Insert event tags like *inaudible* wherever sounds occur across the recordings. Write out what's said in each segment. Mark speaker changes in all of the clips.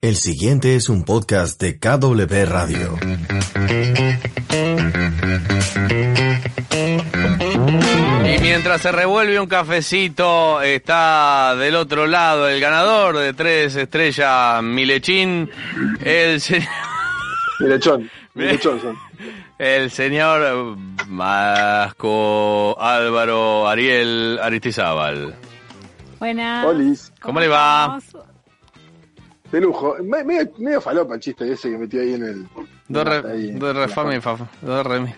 Speaker 1: El siguiente es un podcast de KW Radio.
Speaker 2: Y mientras se revuelve un cafecito, está del otro lado el ganador de tres estrellas Milechín, el, se-
Speaker 3: Milechón, Milechón son.
Speaker 2: el señor Vasco Álvaro Ariel Aristizábal.
Speaker 4: Buenas.
Speaker 3: Olis,
Speaker 2: ¿Cómo le va?
Speaker 4: estamos?
Speaker 3: de lujo. Me- medio, medio falopa el chiste ese que metió ahí en el.
Speaker 2: Do
Speaker 3: ahí
Speaker 2: re,
Speaker 3: en
Speaker 2: do
Speaker 3: la
Speaker 2: re fa mi fa fa, do re mi.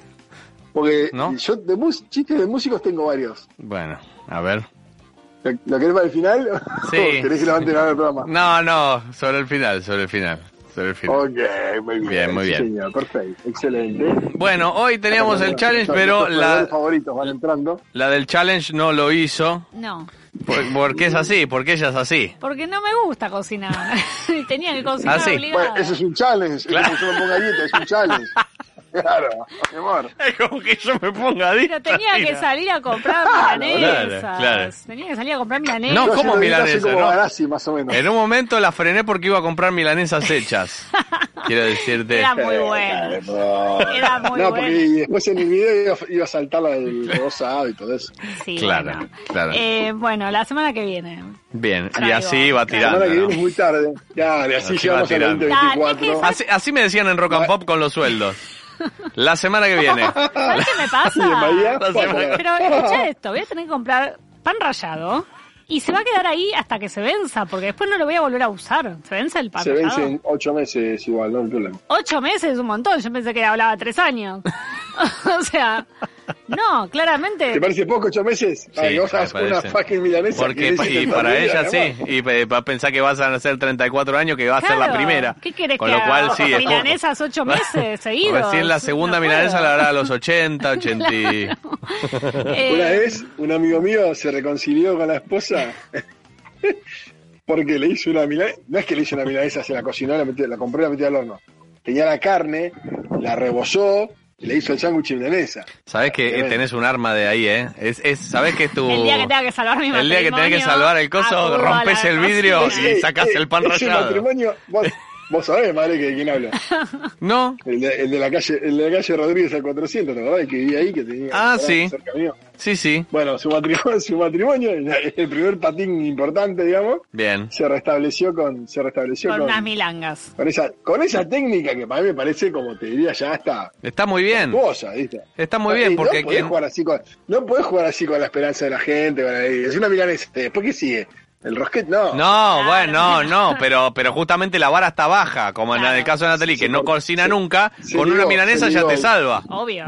Speaker 3: Porque
Speaker 2: ¿No?
Speaker 3: yo de mus- chistes de músicos tengo varios.
Speaker 2: Bueno, a ver.
Speaker 3: ¿Lo, lo querés para el final?
Speaker 2: Sí.
Speaker 3: ¿O *laughs* querés que lo manden ahora
Speaker 2: *laughs*
Speaker 3: el programa?
Speaker 2: No, no, sobre el final, sobre el final, sobre el final.
Speaker 3: Ok, muy bien.
Speaker 2: Bien, muy
Speaker 3: sí,
Speaker 2: bien.
Speaker 3: señor, perfecto, excelente.
Speaker 2: Bueno, hoy teníamos el
Speaker 3: Bueno,
Speaker 2: challenge,
Speaker 3: son
Speaker 2: pero
Speaker 3: nuestros
Speaker 2: la,
Speaker 3: jugadores favoritos van entrando.
Speaker 2: la del challenge no lo hizo.
Speaker 4: No,
Speaker 2: Por- Porque es así, porque ella es así.
Speaker 4: porque no me gusta cocinar. *laughs* Tenía que
Speaker 2: Ah,
Speaker 4: cocinar
Speaker 2: sí.
Speaker 4: obligada.
Speaker 3: Bueno, eso es un challenge. Eso es una galleta, es
Speaker 2: *laughs*
Speaker 3: un challenge. Claro, mi amor.
Speaker 2: Es como que yo me ponga
Speaker 4: Pero tenía que salir
Speaker 3: *laughs*
Speaker 4: a comprar milanesas.
Speaker 2: Claro, claro.
Speaker 4: Tenía que salir a comprar milanesas.
Speaker 2: No,
Speaker 3: Yo
Speaker 2: ¿cómo
Speaker 3: haciendo guita soy
Speaker 2: milanesa,
Speaker 3: como
Speaker 2: no?
Speaker 3: Barassi, más o menos.
Speaker 2: En un momento la frené porque iba a comprar milanesas
Speaker 4: *laughs*
Speaker 2: hechas. Quiero decirte.
Speaker 4: Era muy bueno.
Speaker 3: *laughs*
Speaker 4: Era muy
Speaker 3: no,
Speaker 4: bueno.
Speaker 3: porque después en el video iba, iba a saltar la del rosado y todo eso.
Speaker 4: Sí,
Speaker 2: Claro,
Speaker 4: bueno.
Speaker 2: claro.
Speaker 4: Eh, bueno, la semana que viene.
Speaker 2: Bien, y
Speaker 4: Traigo.
Speaker 2: así va
Speaker 3: La
Speaker 2: tirando.
Speaker 3: semana que viene es
Speaker 2: ¿no?
Speaker 3: muy tarde. Claro, y así
Speaker 2: Así
Speaker 3: llegamos
Speaker 2: va
Speaker 3: al
Speaker 2: tirando.
Speaker 3: 2024.
Speaker 2: Así, así me decían en Rock and Pop con los sueldos. La semana que
Speaker 3: *laughs*
Speaker 2: viene.
Speaker 4: ¿Sabes qué me pasa?
Speaker 3: Y en Bahía,
Speaker 2: La semana-
Speaker 4: Pero escucha esto, voy a tener que comprar pan rallado y se va a quedar ahí hasta que se venza, porque después no lo voy a volver a usar. ¿Se vence el pan
Speaker 3: se
Speaker 4: rallado?
Speaker 3: vence en ocho meses igual, no hay problema.
Speaker 4: Ocho meses es un montón, yo pensé que hablaba tres años. *laughs* o sea, no, claramente.
Speaker 3: ¿Te parece poco ocho meses?
Speaker 2: Sí,
Speaker 3: Ay, vos
Speaker 2: me
Speaker 3: haces una
Speaker 2: parece.
Speaker 3: fucking milanesa.
Speaker 2: Porque,
Speaker 3: que le
Speaker 2: y
Speaker 3: hiciste
Speaker 2: para
Speaker 3: familia,
Speaker 2: ella
Speaker 3: ¿no?
Speaker 2: sí, y eh, va a pensar que vas a nacer 34 años, que va a ser la
Speaker 4: Claro,
Speaker 2: primera.
Speaker 4: ¿Qué querés
Speaker 2: Con
Speaker 4: que
Speaker 2: lo cual
Speaker 4: haga?
Speaker 2: sí, es poco. *laughs*
Speaker 4: Milanesas ocho meses seguidos.
Speaker 2: Recién la segunda
Speaker 4: No
Speaker 2: milanesa
Speaker 4: puedo.
Speaker 2: la hará a los
Speaker 4: *laughs*
Speaker 2: 80, 80 y-
Speaker 4: Eh,
Speaker 3: Una vez, un amigo mío se reconcilió con la esposa *laughs* porque le hizo una milanesa. No es que le hizo una milanesa, se la cocinó, la, metió- la compró y la metió al horno. Tenía la carne, la rebozó y le hizo el sándwich de milanesa.
Speaker 2: Sabés que eh, tenés un arma de ahí, ¿eh? Es, es, sabés que es tu...
Speaker 4: Eh, El día que tenga que salvar mi
Speaker 2: Uh, El día que tenés
Speaker 4: matrimonio,
Speaker 2: que salvar el coso,
Speaker 4: acudo a la
Speaker 2: rompes el vidrio
Speaker 4: cocina.
Speaker 2: y sacás el pan
Speaker 3: ese
Speaker 2: rallado.
Speaker 3: matrimonio, vos, vos sabés, madre, que de quién hablo.
Speaker 2: No,
Speaker 3: El de, el de la calle el de la calle Rodríguez al 400, ¿te acordás? El que vivía ahí, que tenía
Speaker 2: Ah, sí.
Speaker 3: cerca mío.
Speaker 2: sí, sí.
Speaker 3: Bueno, su matrimonio, *laughs* su matrimonio, el primer patín importante, digamos,
Speaker 2: Bien.
Speaker 3: se restableció con se restableció
Speaker 4: Con
Speaker 3: con,
Speaker 4: unas milangas.
Speaker 3: con esa con esa técnica que para mí me parece como te diría ya hasta
Speaker 2: Está muy bien.
Speaker 3: cosa, ¿viste? Ah,
Speaker 2: Está muy
Speaker 3: Y
Speaker 2: bien, porque
Speaker 3: no podés
Speaker 2: quien-
Speaker 3: jugar así con no podés jugar así con la esperanza de la gente, con la es una milanesa, después qué sigue? El rosquete no.
Speaker 2: No, bueno, no,
Speaker 4: *laughs*
Speaker 2: no, pero, pero justamente la vara está baja, como en
Speaker 4: Claro.
Speaker 2: el caso de Natalie, que
Speaker 3: se
Speaker 2: no
Speaker 3: cortó,
Speaker 2: cocina
Speaker 3: se-
Speaker 2: nunca,
Speaker 3: se
Speaker 2: con una
Speaker 3: ligó,
Speaker 2: milanesa
Speaker 3: se
Speaker 2: ya te
Speaker 3: ligó.
Speaker 2: salva.
Speaker 4: Obvio.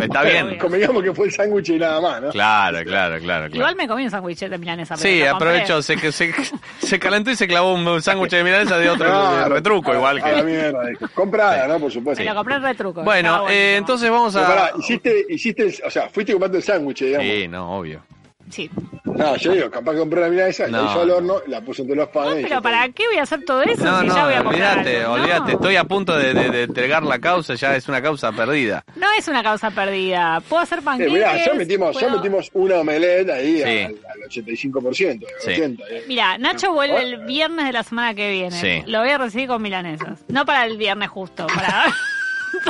Speaker 2: Está
Speaker 3: Pero
Speaker 2: bien.
Speaker 3: Convengamos que fue el sándwich y nada más, ¿no?
Speaker 2: Claro, claro, claro,
Speaker 4: Igual
Speaker 2: claro.
Speaker 4: me comí un sándwich de milanesa. pero
Speaker 2: Sí,
Speaker 4: la compré.
Speaker 2: aprovecho, se, que- se, se calentó y se clavó un sándwich de milanesa de otro
Speaker 3: Claro.
Speaker 2: retruco,
Speaker 3: A-
Speaker 2: igual
Speaker 3: a la
Speaker 2: que...
Speaker 3: mierda, dijo. Comprada, ¿no? Por supuesto.
Speaker 4: Me lo compré en retruco. estaba
Speaker 2: Bueno, eh,
Speaker 4: buenísimo.
Speaker 2: entonces vamos
Speaker 3: Pero
Speaker 2: a...
Speaker 3: pará, hiciste, hiciste el- o sea, fuiste comprando el sándwich, digamos.
Speaker 2: Sí, no, obio.
Speaker 4: Sí.
Speaker 3: No, yo digo, capaz que compré una milanesa,
Speaker 2: No.
Speaker 3: la hizo al horno, la puso entre los
Speaker 4: No,
Speaker 3: panes. y ya
Speaker 4: pero
Speaker 3: está.
Speaker 4: ¿para qué voy a hacer todo eso
Speaker 2: No,
Speaker 4: si
Speaker 2: no,
Speaker 4: ya voy a comprar
Speaker 2: olvídate,
Speaker 4: algo? No.
Speaker 2: olvídate. Estoy a punto de, de- de entregar la causa, ya es una causa perdida.
Speaker 4: No es una causa perdida. Puedo hacer
Speaker 3: Eh,
Speaker 4: panqueques.
Speaker 3: mirá, ya metimos, ya
Speaker 4: puedo-
Speaker 3: metimos una omelette ahí
Speaker 2: Sí.
Speaker 3: al, al 85%, al
Speaker 2: Sí.
Speaker 3: 80%. eh.
Speaker 4: Mirá, Nacho vuelve el viernes de la semana que viene.
Speaker 2: Sí.
Speaker 4: Lo voy a recibir con milanesas. No para el viernes justo, para, *laughs*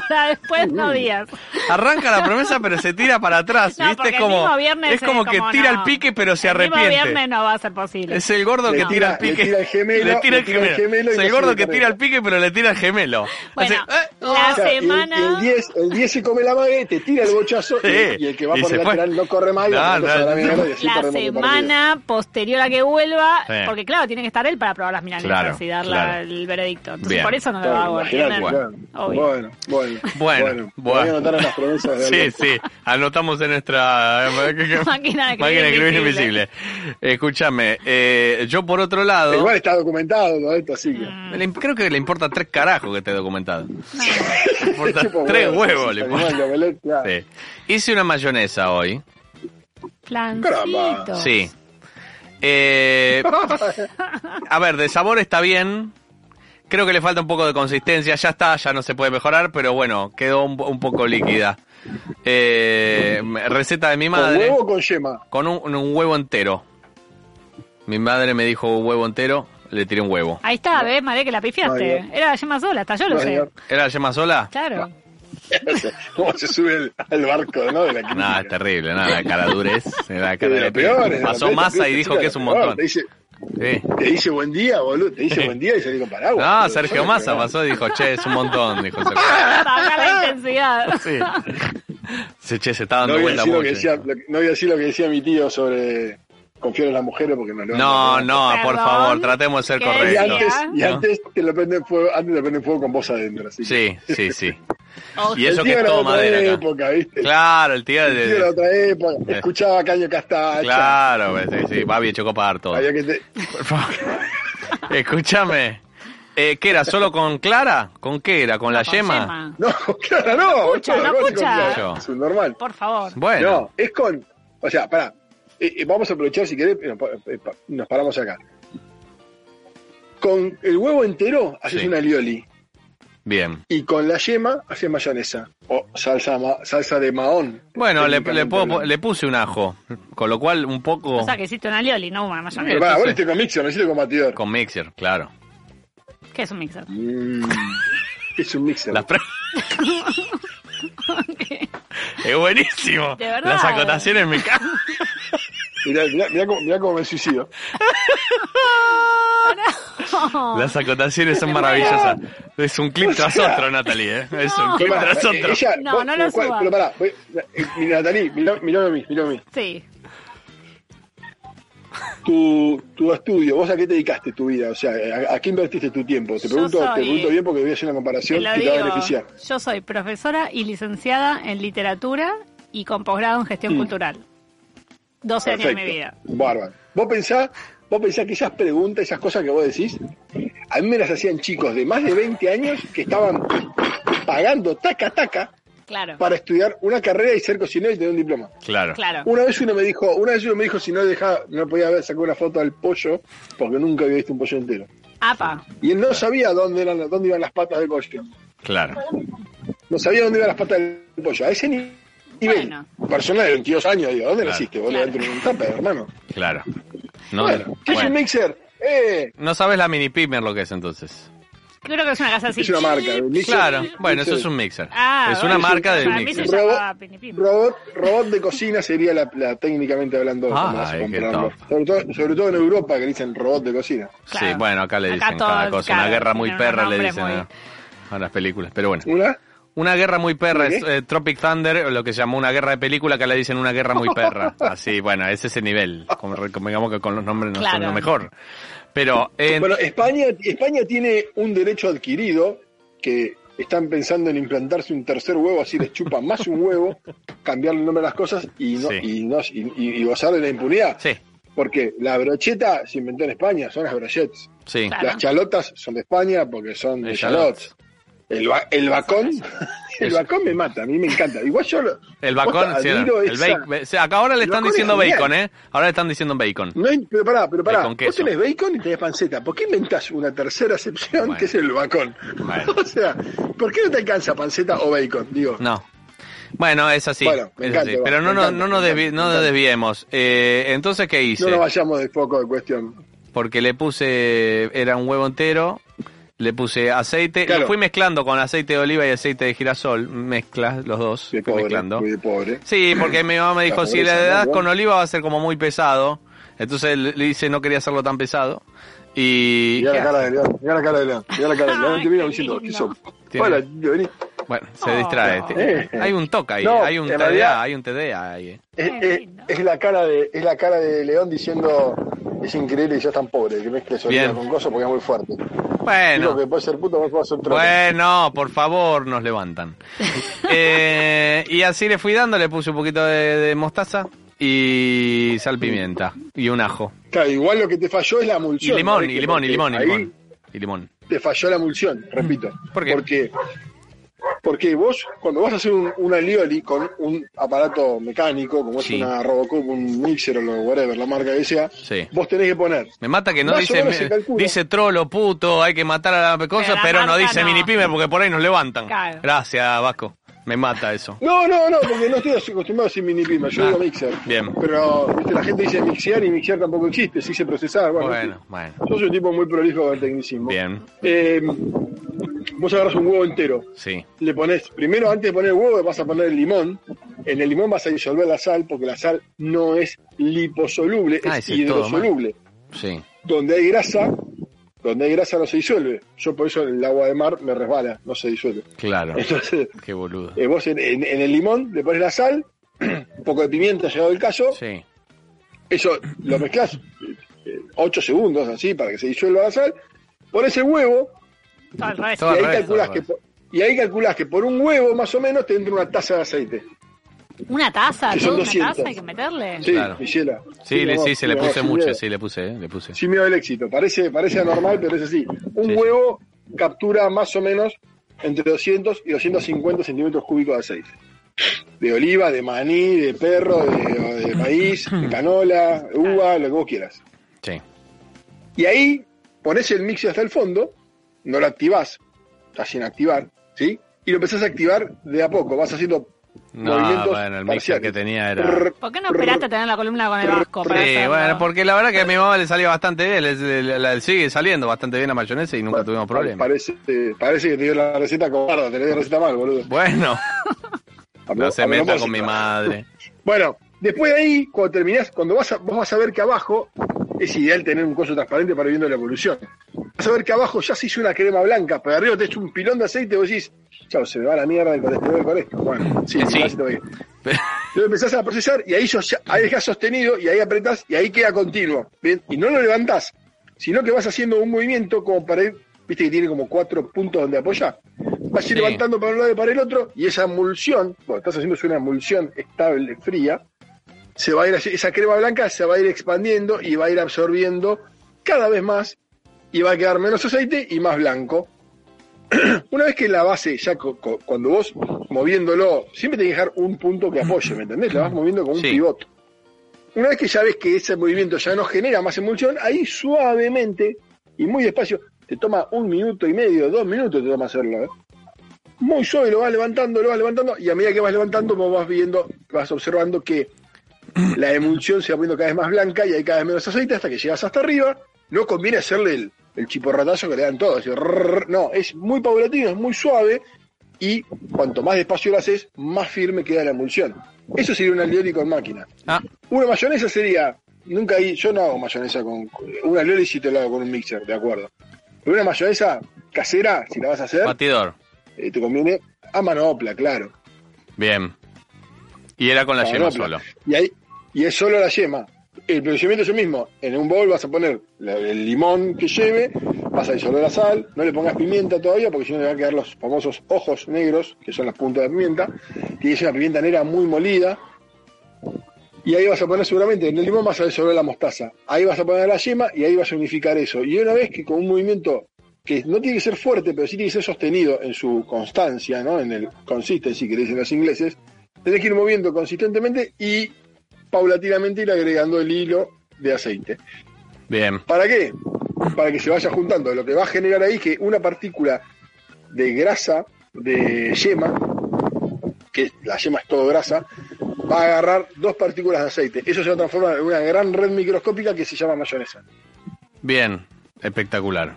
Speaker 4: para después de
Speaker 3: Uh.
Speaker 4: unos días.
Speaker 2: Arranca la promesa, pero se tira para atrás,
Speaker 4: No,
Speaker 2: ¿viste?
Speaker 4: porque
Speaker 2: Es
Speaker 4: el
Speaker 2: como,
Speaker 4: mismo viernes
Speaker 2: es como que
Speaker 4: no.
Speaker 2: tira el pique, pero se
Speaker 4: El mismo
Speaker 2: arrepiente.
Speaker 4: viernes no va a ser posible.
Speaker 2: Es el gordo
Speaker 3: Le
Speaker 2: que tira
Speaker 3: tira-
Speaker 2: el pique.
Speaker 3: le tira el
Speaker 2: le
Speaker 3: gemelo,
Speaker 2: tira
Speaker 3: le tira el gemelo y
Speaker 2: Es
Speaker 3: no
Speaker 2: el
Speaker 3: se
Speaker 2: gordo
Speaker 3: le
Speaker 2: que
Speaker 3: carga.
Speaker 2: tira el pique, pero le tira el gemelo. Hace,
Speaker 4: Bueno,
Speaker 2: "Eh,
Speaker 3: *laughs*
Speaker 4: la
Speaker 3: O sea, y el-
Speaker 4: semana...
Speaker 3: y el, 10, el 10 se come la madre, te tira el bochazo y-
Speaker 2: Sí.
Speaker 3: y, el que va
Speaker 2: Y
Speaker 3: por
Speaker 2: se
Speaker 3: el
Speaker 2: fue.
Speaker 3: lateral no corre más y
Speaker 2: No,
Speaker 3: la pelota
Speaker 2: no,
Speaker 3: se va a la
Speaker 2: no.
Speaker 3: mierda y así
Speaker 4: la
Speaker 3: perdemos el partido.
Speaker 4: semana posterior a que vuelva,
Speaker 2: Sí.
Speaker 4: porque claro, tiene que estar él para probar las milanesas
Speaker 2: Claro,
Speaker 4: y dar la-
Speaker 2: claro.
Speaker 4: el veredicto. Entonces
Speaker 2: Bien.
Speaker 4: por eso no lo
Speaker 3: Claro,
Speaker 4: hago.
Speaker 3: imagínate,
Speaker 4: ¿entienden?
Speaker 3: claro.
Speaker 4: Ah, Obvio.
Speaker 3: Bueno, bueno,
Speaker 2: Bueno, bueno.
Speaker 3: Voy a anotar en las promesas de
Speaker 2: Sí,
Speaker 3: Alberto.
Speaker 2: sí, anotamos en nuestra eh,
Speaker 4: *laughs* Máquina de escribir invisible.
Speaker 2: invisible. Escúchame, eh, yo por otro lado,
Speaker 3: Igual está documentado todo esto, así que...
Speaker 4: Mm.
Speaker 3: *laughs*
Speaker 2: le- creo que le importa tres carajos que esté documentado. Le importa
Speaker 3: Chupo
Speaker 2: tres huevos,
Speaker 3: sí,
Speaker 2: le
Speaker 3: animal
Speaker 2: importa.
Speaker 3: de omelette, claro.
Speaker 2: Sí. Hice una mayonesa hoy,
Speaker 4: Flancitos.
Speaker 2: sí. Eh, a ver, de sabor está bien. Creo que le falta un poco de consistencia. Ya está, ya no se puede mejorar, pero bueno, quedó un, un poco líquida. Eh, receta de mi
Speaker 3: ¿Con
Speaker 2: madre.
Speaker 3: huevo o con yema? *laughs*
Speaker 2: Con un, un huevo entero. Mi madre me dijo huevo entero. le tiré un huevo.
Speaker 4: Ahí está, ves, Mare, que la pifiaste.
Speaker 3: No, yo-
Speaker 4: Era la yema sola, hasta yo lo
Speaker 3: No,
Speaker 4: sé.
Speaker 3: yo-
Speaker 2: ¿Era la yema sola?
Speaker 4: Claro.
Speaker 3: *laughs* ¿Cómo se sube el- al barco ¿no? de la crítica?
Speaker 2: Nada, es terrible, nada, la cara durez. La cara
Speaker 3: Que de
Speaker 2: de
Speaker 3: lo peor. es de lo
Speaker 2: Pasó
Speaker 3: peor,
Speaker 2: masa y
Speaker 3: esta
Speaker 2: dijo
Speaker 3: chica
Speaker 2: que
Speaker 3: es
Speaker 2: es un
Speaker 3: lo peor.
Speaker 2: montón.
Speaker 3: Te dice,
Speaker 2: Sí.
Speaker 3: te dice buen día, boludo.
Speaker 2: *laughs*
Speaker 3: Te dice buen día y salí con paraguas.
Speaker 2: No,
Speaker 3: boludo.
Speaker 2: Ah, Sergio
Speaker 3: Bueno,
Speaker 2: Massa
Speaker 3: pero-
Speaker 2: pasó y dijo, che, es un montón, dijo Sergio.
Speaker 4: Baja la intensidad.
Speaker 2: Sí. Se, che, se está
Speaker 3: No
Speaker 2: dando
Speaker 3: voy, a
Speaker 2: vuelta
Speaker 3: decir lo que
Speaker 2: mucho.
Speaker 3: decía, lo que- no voy a decir lo que decía mi tío sobre confiar en las mujeres porque no lo
Speaker 2: No, no, por
Speaker 4: Perdón.
Speaker 2: favor, tratemos de ser
Speaker 4: ¿Qué
Speaker 3: Y
Speaker 4: Correcto.
Speaker 3: antes,
Speaker 2: correctos.
Speaker 3: y
Speaker 2: ¿No?
Speaker 3: antes te lo prenden fuego, antes lo prenden fuego con vos adentro. Así. que-
Speaker 2: Sí, sí, sí.
Speaker 4: Ojo.
Speaker 2: Oh, Y eso que
Speaker 3: El tío
Speaker 2: es
Speaker 3: era
Speaker 2: todo
Speaker 3: de otra
Speaker 2: madera acá.
Speaker 3: época, ¿viste?
Speaker 2: Claro, el tío
Speaker 3: El tío era de
Speaker 2: de...
Speaker 3: otra época.
Speaker 2: Eh.
Speaker 3: Escuchaba a Caño Castacha.
Speaker 2: Claro, pues, sí, sí, Babi y Chocopar todo.
Speaker 3: Había que te-
Speaker 2: Por favor. *laughs* Escúchame. Eh, ¿Qué era? ¿Solo con Clara? ¿Con qué era? ¿Con la
Speaker 4: Con
Speaker 2: yema?
Speaker 4: yema.
Speaker 3: No, *laughs* claro, no.
Speaker 4: Escucha,
Speaker 3: boludo,
Speaker 4: no
Speaker 3: ¿cómo se
Speaker 4: escucha.
Speaker 3: confía? Es un normal.
Speaker 4: Por favor.
Speaker 2: Bueno,
Speaker 3: No, es con. O sea, pará. Eh, eh, vamos a aprovechar si querés. eh, no, pa- eh, pa- Nos paramos acá. Con el huevo entero haces
Speaker 2: Sí.
Speaker 3: una lioli.
Speaker 2: bien.
Speaker 3: Y con la yema haces mayonesa. O salsa, ma- salsa de mahón.
Speaker 2: Bueno, le,
Speaker 3: técnicamente
Speaker 2: le puedo-
Speaker 3: hablando.
Speaker 2: le puse un ajo, con lo cual un poco
Speaker 4: O sea que hiciste una lioli, no una
Speaker 3: Pero
Speaker 4: mayonesa.
Speaker 3: Eh, pará, vos
Speaker 2: entonces-
Speaker 3: le hiciste con mixer, no hiciste con batidor.
Speaker 2: con mixer, claro.
Speaker 4: ¿Qué es un mixer?
Speaker 3: Mm, es un mixer.
Speaker 4: *laughs*
Speaker 2: Las pre- es buenísimo.
Speaker 4: De verdad.
Speaker 2: Las acotaciones me cagan.
Speaker 3: Mirá, mirá- mirá cómo, mirá cómo me suicido.
Speaker 2: Las acotaciones son maravillosas. Es un clip tras
Speaker 3: sea,
Speaker 2: otro, Natalie. ¿eh? Es un
Speaker 4: no.
Speaker 2: clip
Speaker 3: Pero pará,
Speaker 2: tras
Speaker 3: eh,
Speaker 2: otro.
Speaker 3: ella-
Speaker 4: No,
Speaker 3: vos-
Speaker 4: no lo
Speaker 3: cuál-
Speaker 4: subas.
Speaker 3: Pero pará, voy- eh, mi Natalie, mirá, mirá a mí, mirá a mí.
Speaker 4: Sí.
Speaker 3: Tu, tu estudio, ¿vos a qué te dedicaste tu vida? O sea, ¿a, a qué invertiste tu tiempo? Te
Speaker 4: Yo
Speaker 3: pregunto, te
Speaker 4: soy-
Speaker 3: pregunto bien porque voy a hacer una
Speaker 4: Te
Speaker 3: comparación
Speaker 4: lo
Speaker 3: que te va a
Speaker 4: digo.
Speaker 3: beneficiar.
Speaker 4: Yo soy profesora y licenciada en literatura y con posgrado en
Speaker 3: Mm.
Speaker 4: gestión cultural. 12 años de mi vida.
Speaker 3: Bárbaro. Vos pensás, vos pensás que esas preguntas, esas cosas que vos decís, a mí me las hacían chicos de más de 20 años que estaban pagando taca taca
Speaker 4: Claro.
Speaker 3: para estudiar una carrera y ser cocinero y tener un diploma.
Speaker 2: Claro.
Speaker 4: Claro.
Speaker 3: Una vez uno me dijo, una vez uno me dijo si no dejaba, no podía haber sacado una foto al pollo, porque nunca había visto un pollo entero.
Speaker 4: Apa.
Speaker 3: Y él no sabía dónde eran, dónde iban las patas del pollo.
Speaker 2: Claro.
Speaker 3: No sabía dónde iban las patas del pollo. A ese ni- nivel.
Speaker 4: Bueno.
Speaker 3: Persona de 22 años, digo, ¿dónde
Speaker 2: Claro.
Speaker 3: naciste? Vos
Speaker 4: Claro.
Speaker 3: dentro de un tupper, hermano.
Speaker 2: Claro. No,
Speaker 3: bueno, ¿qué es
Speaker 2: bueno.
Speaker 3: un mixer? Eh,
Speaker 2: No sabes la mini pimer lo que es entonces.
Speaker 4: Creo que es una casa así.
Speaker 3: es una marca. un mixer-
Speaker 2: Claro.
Speaker 3: mixer-
Speaker 2: Bueno, eso es un mixer.
Speaker 4: Ah,
Speaker 2: es una
Speaker 4: bueno,
Speaker 2: marca de
Speaker 4: para mí se
Speaker 2: mixer.
Speaker 4: llamaba Pinipim.
Speaker 3: Robot, robot de cocina sería la, la- técnicamente hablando.
Speaker 2: Ah,
Speaker 3: como vas a
Speaker 2: ay, qué
Speaker 3: comprarlo.
Speaker 2: top.
Speaker 3: sobre, todo, sobre todo en Europa que le dicen robot de cocina.
Speaker 4: Claro.
Speaker 2: Sí, bueno, acá le
Speaker 4: Acá
Speaker 2: dicen cada
Speaker 4: todo,
Speaker 2: cosa.
Speaker 4: claro,
Speaker 2: una guerra muy
Speaker 4: tiene un
Speaker 2: perra le
Speaker 4: nombre
Speaker 2: dicen
Speaker 4: muy-
Speaker 2: a, a las películas. Pero bueno.
Speaker 3: ¿Una?
Speaker 2: Una guerra muy perra,
Speaker 3: ¿Qué?
Speaker 2: es, eh, Tropic Thunder, lo que se llamó una guerra de película, acá le dicen una guerra muy perra.
Speaker 3: *laughs*
Speaker 2: Así, bueno, es ese nivel. Como, digamos que con los nombres no son
Speaker 4: Claro.
Speaker 2: lo mejor. Pero, eh,
Speaker 3: Bueno, España, España tiene un derecho adquirido que están pensando en implantarse un tercer huevo, así les chupan más un huevo, cambiarle el nombre a las cosas y, no,
Speaker 2: Sí.
Speaker 3: y, no- y- y- y gozar de la impunidad.
Speaker 2: sí,
Speaker 3: Porque la brocheta se inventó en España, son las brochets.
Speaker 2: sí.
Speaker 4: Claro.
Speaker 3: Las chalotas son de España porque son de
Speaker 2: De chalots.
Speaker 3: chalots. El, ba- el bacón, el bacón me mata, a mí me encanta. Igual yo lo-
Speaker 2: El bacon,
Speaker 3: posta,
Speaker 2: sí,
Speaker 3: admiro
Speaker 2: el
Speaker 3: esa-
Speaker 2: bacon. o sea, acá ahora le
Speaker 3: El
Speaker 2: están
Speaker 3: bacon es
Speaker 2: diciendo
Speaker 3: genial.
Speaker 2: bacon, ¿eh? Ahora le están diciendo bacon.
Speaker 3: No hay- pero pará, pero pará.
Speaker 2: Bacon,
Speaker 3: Vos
Speaker 2: queso.
Speaker 3: tenés bacon y tenés panceta. ¿Por qué inventás una tercera acepción
Speaker 2: Bueno.
Speaker 3: que es el bacon?
Speaker 2: Bueno.
Speaker 3: *laughs* o sea, ¿por qué no te alcanza panceta o bacon? Digo,
Speaker 2: No. Bueno, es así.
Speaker 3: Bueno, me
Speaker 2: es
Speaker 3: encanta,
Speaker 2: así.
Speaker 3: va,
Speaker 2: Pero no,
Speaker 3: me
Speaker 2: no,
Speaker 3: encanta,
Speaker 2: no, nos
Speaker 3: me
Speaker 2: desvi-
Speaker 3: encanta,
Speaker 2: no
Speaker 3: me
Speaker 2: nos
Speaker 3: encanta.
Speaker 2: desviemos. Eh, entonces, ¿qué hice?
Speaker 3: no nos vayamos de foco de cuestión.
Speaker 2: porque le puse, era un huevo entero, le puse aceite,
Speaker 3: Claro.
Speaker 2: lo fui mezclando con aceite de oliva y aceite de girasol, mezcla los dos,
Speaker 3: De
Speaker 2: fui
Speaker 3: pobre,
Speaker 2: mezclando.
Speaker 3: muy de pobre.
Speaker 2: Sí, porque mi mamá me dijo,
Speaker 3: La
Speaker 2: si le
Speaker 3: pobreza,
Speaker 2: das
Speaker 3: ¿no?
Speaker 2: con oliva va a ser como muy pesado, entonces le le hice, no quería hacerlo tan pesado. Y...
Speaker 3: Mirá la cara de León, mirá la cara de León, mirá la cara de León.
Speaker 4: *laughs* Ay,
Speaker 3: Te mira
Speaker 4: qué
Speaker 3: diciendo,
Speaker 4: lindo.
Speaker 3: ¿qué sos?
Speaker 2: Tiene-
Speaker 3: Hola, tío, vení.
Speaker 2: Bueno, se
Speaker 4: Oh.
Speaker 2: distrae.
Speaker 3: Eh.
Speaker 2: Hay un toque ahí,
Speaker 3: No,
Speaker 2: hay un
Speaker 3: en
Speaker 2: TDA,
Speaker 3: realidad-
Speaker 2: hay un TDA ahí. eh.
Speaker 3: Es,
Speaker 4: Qué
Speaker 3: es-
Speaker 4: lindo.
Speaker 3: es la cara de, es la cara de León diciendo, es increíble y yo tan pobre, que mezcles oliva
Speaker 2: Bien.
Speaker 3: con cosas porque es muy fuerte. Digo
Speaker 2: Bueno.
Speaker 3: que puede ser puto, vos podés ser trote.
Speaker 2: Bueno, por favor, nos levantan. Eh, y así le fui dando, le puse un poquito de, de mostaza y sal pimienta y un ajo.
Speaker 3: Claro, igual lo que te falló es la
Speaker 2: Y
Speaker 3: emulsión.
Speaker 2: limón,
Speaker 3: ¿no?
Speaker 2: y limón, y limón, y
Speaker 3: Ahí-
Speaker 2: limón. Y limón.
Speaker 3: te falló la emulsión, repito.
Speaker 2: Mm. ¿Por qué?
Speaker 3: Porque, porque vos, cuando vas a hacer un, una lioli con un aparato mecánico, como
Speaker 2: Sí.
Speaker 3: es una Robocop, un mixer o lo whatever, la marca que sea,
Speaker 2: Sí.
Speaker 3: vos tenés que poner.
Speaker 2: Me mata que no
Speaker 3: Más o
Speaker 2: dice
Speaker 3: menos se calcula.
Speaker 2: dice trolo, puto, hay que matar a la cosa,
Speaker 4: Pero la
Speaker 2: pero no
Speaker 4: marca
Speaker 2: dice
Speaker 4: no.
Speaker 2: mini pyme porque por ahí nos levantan.
Speaker 4: Claro.
Speaker 2: Gracias, Vasco. Me mata eso.
Speaker 3: No, no, no, porque no estoy acostumbrado a decir mini pima, yo
Speaker 2: Ah,
Speaker 3: digo mixer.
Speaker 2: bien.
Speaker 3: Pero ¿viste? la gente dice mixear y mixear tampoco existe, se dice procesar. Bueno,
Speaker 2: Bueno, bueno.
Speaker 3: yo soy un tipo muy prolijo del tecnicismo.
Speaker 2: Bien,
Speaker 3: Eh, vos agarras un huevo entero,
Speaker 2: sí.
Speaker 3: le pones, primero antes de poner el huevo vas a poner el limón, en el limón vas a disolver la sal porque la sal no es liposoluble,
Speaker 2: Ah,
Speaker 3: es
Speaker 2: ese es todo,
Speaker 3: hidrosoluble.
Speaker 2: Sí.
Speaker 3: Donde hay grasa, donde hay grasa no se disuelve. Yo por eso el agua de mar me resbala, no se disuelve.
Speaker 2: Claro.
Speaker 3: Entonces,
Speaker 2: Qué boludo.
Speaker 3: eh, vos en, en- en el limón le pones la sal, *clears throat* un poco de pimienta, llegado el caso,
Speaker 2: Sí.
Speaker 3: eso lo mezclas 8 segundos así para que se disuelva la sal, pones el huevo
Speaker 4: Todo al revés.
Speaker 2: Todo al
Speaker 3: y ahí
Speaker 2: revés,
Speaker 3: calculás
Speaker 2: todo
Speaker 3: que
Speaker 2: al
Speaker 3: por, y ahí calculás que por un huevo más o menos te entra una taza de aceite.
Speaker 4: Una taza,
Speaker 3: Que son
Speaker 4: toda una
Speaker 3: 200.
Speaker 4: taza hay que meterle.
Speaker 3: Sí,
Speaker 2: Claro.
Speaker 3: Gisela.
Speaker 2: Sí, le,
Speaker 3: vos,
Speaker 2: sí, se le
Speaker 3: vos,
Speaker 2: puse
Speaker 3: sin
Speaker 2: mucho,
Speaker 3: miedo.
Speaker 2: sí, le puse, eh, le puse.
Speaker 3: Sin miedo al éxito. Parece, parece anormal, pero es así. Un
Speaker 2: Sí.
Speaker 3: huevo captura más o menos entre 200 y 250 centímetros cúbicos de aceite. De oliva, de maní, de perro, de, de maíz, de canola, uva, lo que vos quieras.
Speaker 2: Sí.
Speaker 3: Y ahí pones el mixer hasta el fondo, no lo activás, está sin activar, ¿sí? Y lo empezás a activar de a poco, vas haciendo
Speaker 2: No,
Speaker 3: movimientos
Speaker 2: bueno, el mixer
Speaker 3: parciales.
Speaker 2: que tenía era.
Speaker 3: Prr,
Speaker 4: ¿Por qué no esperaste a tener la columna con el vasco? para
Speaker 2: Sí,
Speaker 4: hacerlo?
Speaker 2: bueno, porque la verdad que a mi mamá le salía bastante bien, le, le- le- sigue saliendo bastante bien la mayonesa y nunca tuvimos problemas.
Speaker 3: Parece, eh, parece que te dio la receta cobarda, te dio la receta mal, boludo.
Speaker 2: Bueno,
Speaker 3: A pro-
Speaker 2: no se
Speaker 3: a
Speaker 2: meta
Speaker 3: propósito.
Speaker 2: con mi madre.
Speaker 3: *laughs* Bueno, después de ahí, cuando terminás, cuando vas a, vos vas a ver que abajo, es ideal tener un coso transparente para ir viendo la evolución. Vas a ver que abajo ya se hizo una crema blanca, pero arriba te hecho un pilón de aceite y vos decís, chao, se me va la mierda el colesterol con esto. Bueno, sí,
Speaker 2: Sí.
Speaker 3: casi te voy. Lo empezás a procesar y ahí, sos- ahí dejás sostenido y ahí apretás y ahí queda continuo. ¿bien? Y no lo levantás, sino que vas haciendo un movimiento como para ir, viste que tiene como cuatro puntos donde apoyar. Vas a ir
Speaker 2: Sí.
Speaker 3: levantando para un lado y para el otro y esa emulsión, bueno, estás haciendo es una emulsión estable, fría, se va a ir, así- esa crema blanca se va a ir expandiendo y va a ir absorbiendo cada vez más y va a quedar menos aceite y más blanco. *clears throat* Una vez que la base, ya co- co- cuando vos moviéndolo, siempre tenés que dejar un punto que apoye, ¿me entendés? La vas moviendo con un
Speaker 2: Sí.
Speaker 3: pivote. Una vez que ya ves que ese movimiento ya no genera más emulsión, ahí suavemente y muy despacio, te toma un minuto y medio, dos minutos te toma hacerlo, ¿eh? Muy suave, lo vas levantando, lo vas levantando, y a medida que vas levantando, vos vas viendo, vas observando que la emulsión se va poniendo cada vez más blanca y hay cada vez menos aceite hasta que llegas hasta arriba. No conviene hacerle el, el chiporratazo que le dan todos. así, rrrr, No, es muy paulatino, es muy suave y cuanto más despacio lo haces, más firme queda la emulsión. Eso sería un alioli con máquina.
Speaker 2: Ah,
Speaker 3: Una mayonesa sería, nunca hay, yo no hago mayonesa con, un alioli si te lo hago con un mixer, de acuerdo. Pero una mayonesa casera, si la vas a hacer,
Speaker 2: batidor.
Speaker 3: eh, te conviene a manopla, claro.
Speaker 2: Bien. Y era con la yema
Speaker 3: Manopla.
Speaker 2: solo.
Speaker 3: Y, ahí, y es solo la yema. El procedimiento es el mismo. En un bowl vas a poner la- el limón que lleve, vas a disolver la sal, no le pongas pimienta todavía porque si no le van a quedar los famosos ojos negros, que son las puntas de la pimienta, que es una pimienta negra muy molida. Y ahí vas a poner seguramente, en el limón vas a disolver la mostaza, ahí vas a poner la yema y ahí vas a unificar eso. Y una vez que con un movimiento que no tiene que ser fuerte, pero sí tiene que ser sostenido en su constancia, ¿no? en el consistency que le dicen los ingleses, tenés que ir moviendo consistentemente y paulatinamente ir agregando el hilo de aceite.
Speaker 2: Bien.
Speaker 3: ¿Para qué? Para que se vaya juntando. Lo que va a generar ahí es que una partícula de grasa, de yema, que la yema es todo grasa, va a agarrar dos partículas de aceite. Eso se va a transformar en una gran red microscópica que se llama mayonesa.
Speaker 2: Bien, espectacular.